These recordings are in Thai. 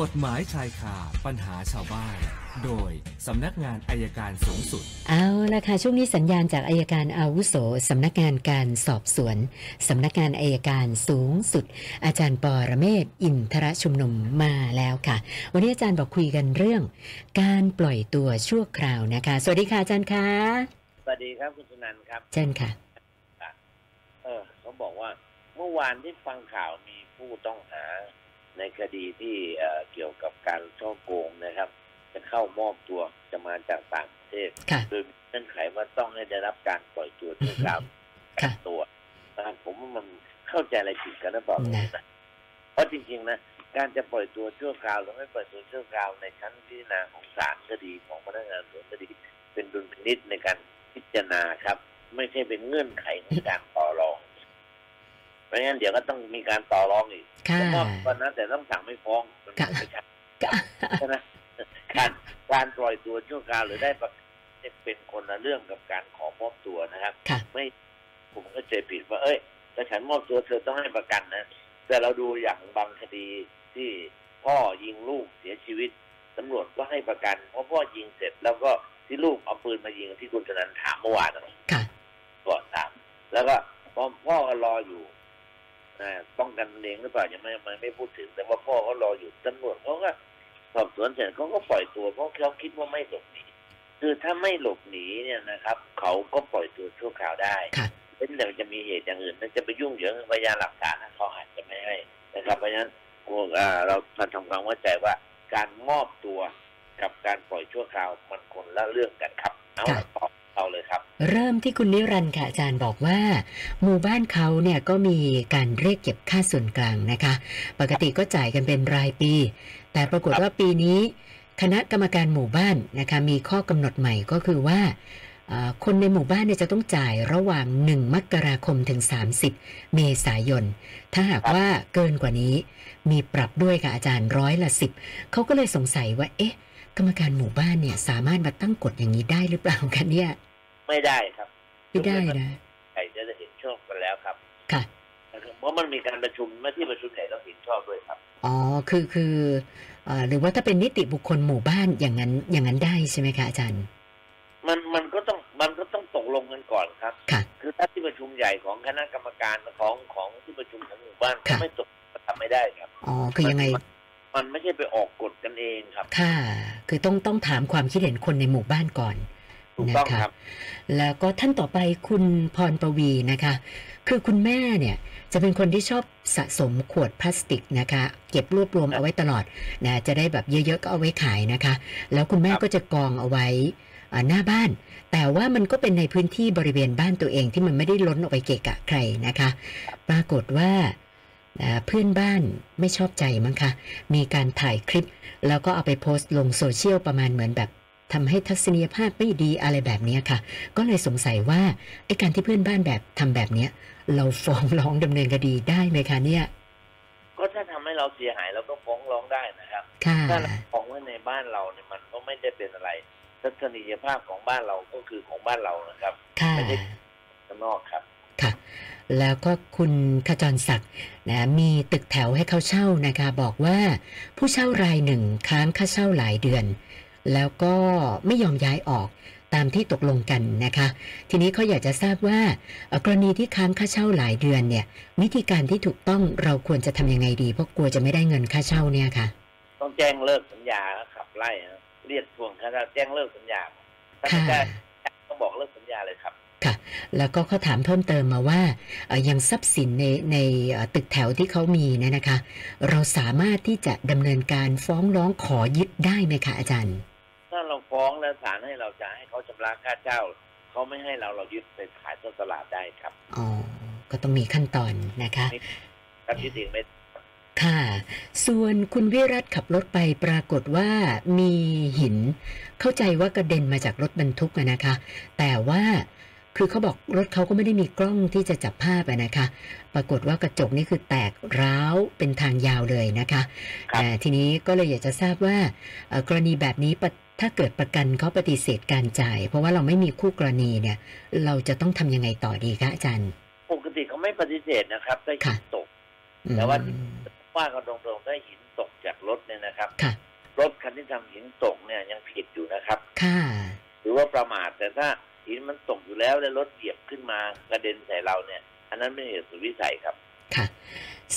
กฎหมายชายคาปัญหาชาวบ้าน โดยสำนักงานอายการสูงสุด เอาละค่ะช่วงนี้สัญญาณจากอายการอาวุโสสำนักงานการสอบสวนสำนักงานอายการสูงสุด อาจารย์ปอระเมศวร์อินทรชุมนุมมาแล้วค่ะ วันนี้อาจารย์บอกคุยกันเรื่อง การปล่อยตัวชั่วคราวนะคะ สวัสดีค่ะอาจารย์คะ สวัสดีครับคุณสุนันท์ครับ เชิญค่ะ เออเขาบอกว่าเมื่อวานที่ฟังข่าวมีผู้ต้องหาในคดีที่เอ่อเกี่ยวกับการช่อโกงนะครับ จะเข้ามอบตัวจะมาจากต่างประเทศ ค่ะ โดยมีเงื่อนไขว่าต้องให้ได้รับการปล่อยตัวชั่วคราว ค่ะ ตัวนะครับผมว่ามันเข้าใจอะไรผิดกันหรือเปล่า นะ นะเพราะจริงๆนะการจะปล่อยตัวชั่วคราวหรือไม่ปล่อยตัวชั่วคราวในชั้นพิจารณาของศาลคดีของพนักงานสวนคดี เป็นดุลพินิษในการพิจารณาครับ ไม่ใช่เป็นเงื่อนไขในการต่อรอง เพราะงั้นเดี๋ยวก็ต้องมีการต่อรองอีก ค่ะ จะมอบตัวนะแต่ต้องสั่งไม่ฟ้องมัน ค่ะ ไม่ใช่ใช่ไหมการการปล่อยตัวชั่วคราวหรือได้ประกันเนี่ยเป็นคนละเรื่องกับการขอมอบตัวนะครับ ค่ะ ไม่ผมก็ใจผิดว่า เอ้ยถ้าฉันมอบตัวเธอต้องให้ประกันนะ แต่เราดูอย่างบางคดีที่พ่อยิงลูกเสียชีวิตตำรวจก็ให้ประกันเพราะพ่อยิงเสร็จ แล้วก็ที่ลูกเอาปืนมายิงที่คุณธนันถามเมื่อวานนะ ค่ะ ก่อนถามแล้วก็พ่อพ่อก็รออยู่นะป้องกันเองหรือเปล่ายังไม่ไม่ไม่พูดถึง แต่ว่าพ่อก็รออยู่ตำรวจเขาก็สอบสวนเสร็จเขาก็ปล่อยตัวเพราะเขาคิดว่าไม่หลบหนีคือถ้าไม่หลบหนีเนี่ยนะครับ เขาก็ปล่อยตัวชั่วคราวได้ ค่ะ เป็นแต่มันจะมีเหตุอย่างอื่นมันจะไปยุ่งเหยิงกับพยานหลักฐานอะเขาอาจจะไม่ให้นะครับเพราะฉะนั้นพวกอ่าเราทำความเข้าใจว่าการมอบตัวกับการปล่อยชั่วคราวมันคนละเรื่องกันครับเอาละตอบเอาเลยครับ เริ่มที่คุณนิรันดร์ค่ะอาจารย์บอกว่า หมู่บ้านเขาเนี่ยก็มีการเรียกเก็บค่าส่วนกลางนะคะ ปกติก็จ่ายกันเป็นรายปี แต่ปรากฏว่าปีนี้ คณะกรรมการหมู่บ้านนะคะมีข้อกำหนดใหม่ก็คือว่าเอ่อคนในหมู่บ้านเนี่ยจะต้องจ่ายระหว่าง 1 มกราคมถึง 30 เมษายน ถ้าหากว่าเกินกว่านี้ มีปรับด้วยค่ะอาจารย์ร้อยละสิบเขาก็เลยสงสัยว่าเอ๊ะ กรรมการหมู่บ้านเนี่ยสามารถมาตั้งกฎอย่างนี้ได้หรือเปล่าคะเนี่ย ไม่ได้ครับ ไม่ได้นะ ใครจะได้เห็นชอบกันแล้วครับ ค่ะ นะครับเพราะมันมีการประชุมเมื่อที่ประชุมใหญ่ต้องเห็นชอบด้วยครับ อ๋อ คือคือเอ่อหรือว่าถ้าเป็นนิติบุคคลหมู่บ้านอย่างนั้นอย่างนั้นได้ใช่ไหมคะอาจารย์ มันมันก็ต้องมันก็ต้องตกลงกันก่อนครับ ค่ะ อถ้าที่ประชุมใหญ่ของคณะกรรมการของของที่ประชุมของหมู่บ้าน ค่ะ ไม่ตกก็ทำไม่ได้ครับ อ๋อ คือยังไง มันมันไม่ใช่ไปออกกฎกันเองครับ ค่ะ คือต้องต้องถามความคิดเห็นคนในหมู่บ้านก่อน ถูก นะ ต้อง คะ ครับ แล้วก็ท่านต่อไปคุณพรประวีนะคะ คือคุณแม่เนี่ยจะเป็นคนที่ชอบสะสมขวดพลาสติกนะคะ เก็บรวบรวมเอาไว้ตลอดนะจะได้แบบเยอะๆก็เอาไว้ขายนะคะ แล้วคุณแม่ ครับ ก็จะกองเอาไว้อ่าหน้าบ้าน แต่ว่ามันก็เป็นในพื้นที่บริเวณบ้านตัวเองที่มันไม่ได้ล้นออกไปเกะกะใครนะคะ ปรากฏว่าอ่าเพื่อนบ้านไม่ชอบใจมั้งคะมีการถ่ายคลิป แล้วก็เอาไปโพสต์ลงโซเชียลประมาณเหมือนแบบทำให้ทัศนียภาพไม่ดีอะไรแบบเนี้ยค่ะ ก็เลยสงสัยว่าไอ้การที่เพื่อนบ้านแบบทำแบบเนี้ย เราฟ้องร้องดำเนินคดีได้ไหมคะเนี่ย ก็ถ้าทำให้เราเสียหายเราก็ฟ้องร้องได้นะครับ ค่ะ ถ้าเราฟ้องไว้ในบ้านเราเนี่ยมันก็ไม่ได้เป็นอะไรทัศนียภาพของบ้านเราก็คือของบ้านเรานะครับ ค่ะ ไม่ได้ข้างนอกครับ ค่ะ แล้วก็คุณขจรศักดิ์นะมีตึกแถวให้เขาเช่านะคะ บอกว่าผู้เช่ารายหนึ่งค้างค่าเช่าหลายเดือน แล้วก็ไม่ยอมย้ายออกตามที่ตกลงกันนะคะ ทีนี้เขาอยากจะทราบว่าเอ่อกรณีที่ค้างค่าเช่าหลายเดือนเนี่ย วิธีการที่ถูกต้องเราควรจะทำยังไงดี เพราะกลัวจะไม่ได้เงินค่าเช่าเนี่ยค่ะ ต้องแจ้งเลิกสัญญาแล้วขับไล่ฮะเรียกทวงค่าเช่าแจ้งเลิกสัญญาถ้าไม่ได้ต้องบอกเลิกสัญญาเลยครับ แล้วก็เขาถามเพิ่มเติมมาว่าเอ่อยังทรัพย์สินในในเอ่อตึกแถวที่เขามีเนี่ยนะคะ เราสามารถที่จะดำเนินการฟ้องร้องขอยึดได้ไหมคะอาจารย์ ถ้าเราฟ้องแล้วศาลให้เราจะให้เขาชำระค่าเช่าเขาไม่ให้เราเรายึดไปขายต้นตลาดได้ครับ อ๋อ ก็ต้องมีขั้นตอนนะคะ ครับยึดเองไม่ ค่ะ ส่วนคุณวิรัตขับรถไปปรากฏว่ามีหิน เข้าใจว่ากระเด็นมาจากรถบรรทุกอะนะคะ แต่ว่าคือเขาบอกรถเขาก็ไม่ได้มีกล้องที่จะจับภาพอะนะคะ ปรากฏว่ากระจกนี่คือแตกร้าวเป็นทางยาวเลยนะคะ ครับ อ่าทีนี้ก็เลยอยากจะทราบว่าเอ่อกรณีแบบนี้ปะถ้าเกิดประกันเขาปฏิเสธการจ่าย เพราะว่าเราไม่มีคู่กรณีเนี่ย เราจะต้องทำยังไงต่อดีคะอาจารย์ ปกติเขาไม่ปฏิเสธนะครับถ้าหิ ค่ะ นตก อืม แต่ว่า ว่ากันตรงๆถ้าหินตกจากรถเนี่ยนะครับ นะครับ ค่ะ รถคันที่ทำหินตกเนี่ยยังผิดอยู่นะครับ ค่ะ หรือว่าประมาทแต่ถ้าหินมันตกอยู่แล้วแล้วรถเหยียบขึ้นมากระเด็นใส่เราเนี่ย อันนั้นไม่เหตุสุดวิสัยครับ ค่ะ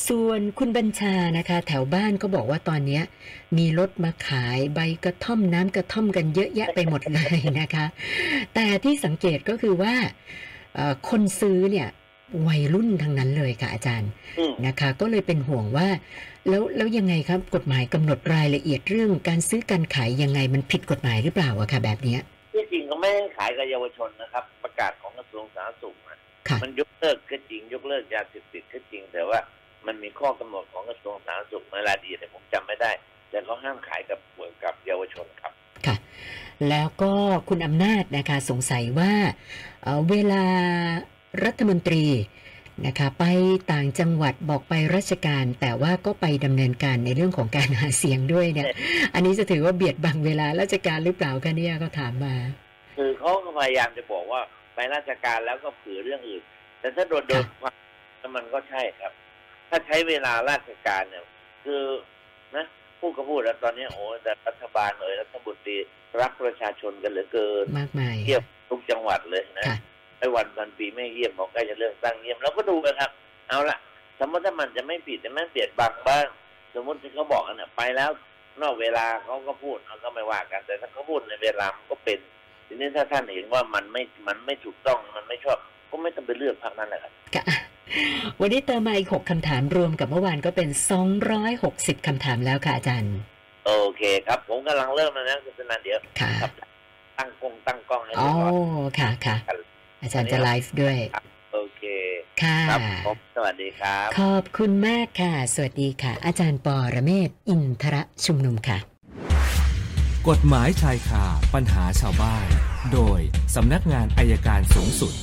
ส่วนคุณบัญชานะคะ แถวบ้านก็บอกว่าตอนเนี้ย มีรถมาขายใบกระท่อมน้ำกระท่อมกันเยอะแยะไปหมดเลยนะคะ แต่ที่สังเกตก็คือว่าเอ่อคนซื้อเนี่ยวัยรุ่นทั้งนั้นเลยค่ะอาจารย์ อืม นะคะก็เลยเป็นห่วงว่า แล้วแล้วยังไงครับกฎหมายกำหนดรายละเอียดเรื่องการซื้อการขายยังไงมันผิดกฎหมายหรือเปล่าอะค่ะแบบเนี้ย ที่จริงก็ไม่ให้ขายกับเยาวชนนะครับ ประกาศของกระทรวงสาธารณสุขนะ ค่ะ มันยกเลิกก็จริง ยกเลิกยาเสพติดก็จริง แต่ว่ามันมีข้อกำหนดของกระทรวงสาธารณสุขในรายละเอียดเนี่ยผมจำไม่ได้ แต่เขาห้ามขายกับเหมือนกับเยาวชนครับ ค่ะ แล้วก็คุณอำนาจนะคะสงสัยว่าเอ่อเวลารัฐมนตรีนะคะไปต่างจังหวัดบอกไปราชการ แต่ว่าก็ไปดำเนินการในเรื่องของการหาเสียงด้วยเนี่ย อันนี้จะถือว่าเบียดบังเวลาราชการหรือเปล่าคะเนี่ยก็ถามมา คือเขาก็พยายามจะบอกว่าไปราชการแล้วก็ผือเรื่องอื่น แต่ถ้าโดนโดนความมันก็ใช่ครับ ถ้าใช้เวลาราชการเนี่ย คือนะพูดก็พูดแล้วตอนนี้โอ้ยแต่รัฐบาลเอ่ยรัฐบุตรีรักประชาชนกันเหลือเกิน มากมาย เยี่ยมทุกจังหวัดเลยนะ ค่ะ ไอ้วันพันปีไม่เยี่ยมของใกล้จะเลือกตั้งเยี่ยมเราก็ดูนะครับ เอาละสมมติถ้ามันจะไม่ผิดแต่มันเปลี่ยนบางบ้าง สมมติที่เขาบอกกันเนี่ยไปแล้ว นอกเวลาเขาก็พูดเขาก็ไม่ว่ากัน แต่ถ้าเขาพูดในเวลามันก็เป็นทีนี้ถ้าท่านเห็นว่ามันไม่มันไม่ถูกต้องมันไม่ชอบ ก็ไม่ต้องไปเลือกพรรคนั้นแหละครับ ค่ะวันนี้เติมมาอีก 6คำถามรวมกับเมื่อวานก็เป็น 260คำถามแล้วค่ะอาจารย์ โอเคครับ ผมกำลังเริ่มแล้วนะคุณสนันเดี๋ยว ค่ะ ครับ ตั้งกล้องตั้งกล้องให้ อ๋ ดู อ ก่อน ค่ะค่ะ อาจารย์จะไลฟ์ด้วย โอเค ค่ะ ครับผมสวัสดีครับ ขอบคุณมากค่ะ สวัสดีค่ะ อาจารย์ปอระเมศวร์อินทรชุมนุมค่ะ กฎหมายชายคาปัญหาชาวบ้าน โดยสำนักงานอายการสูงสุด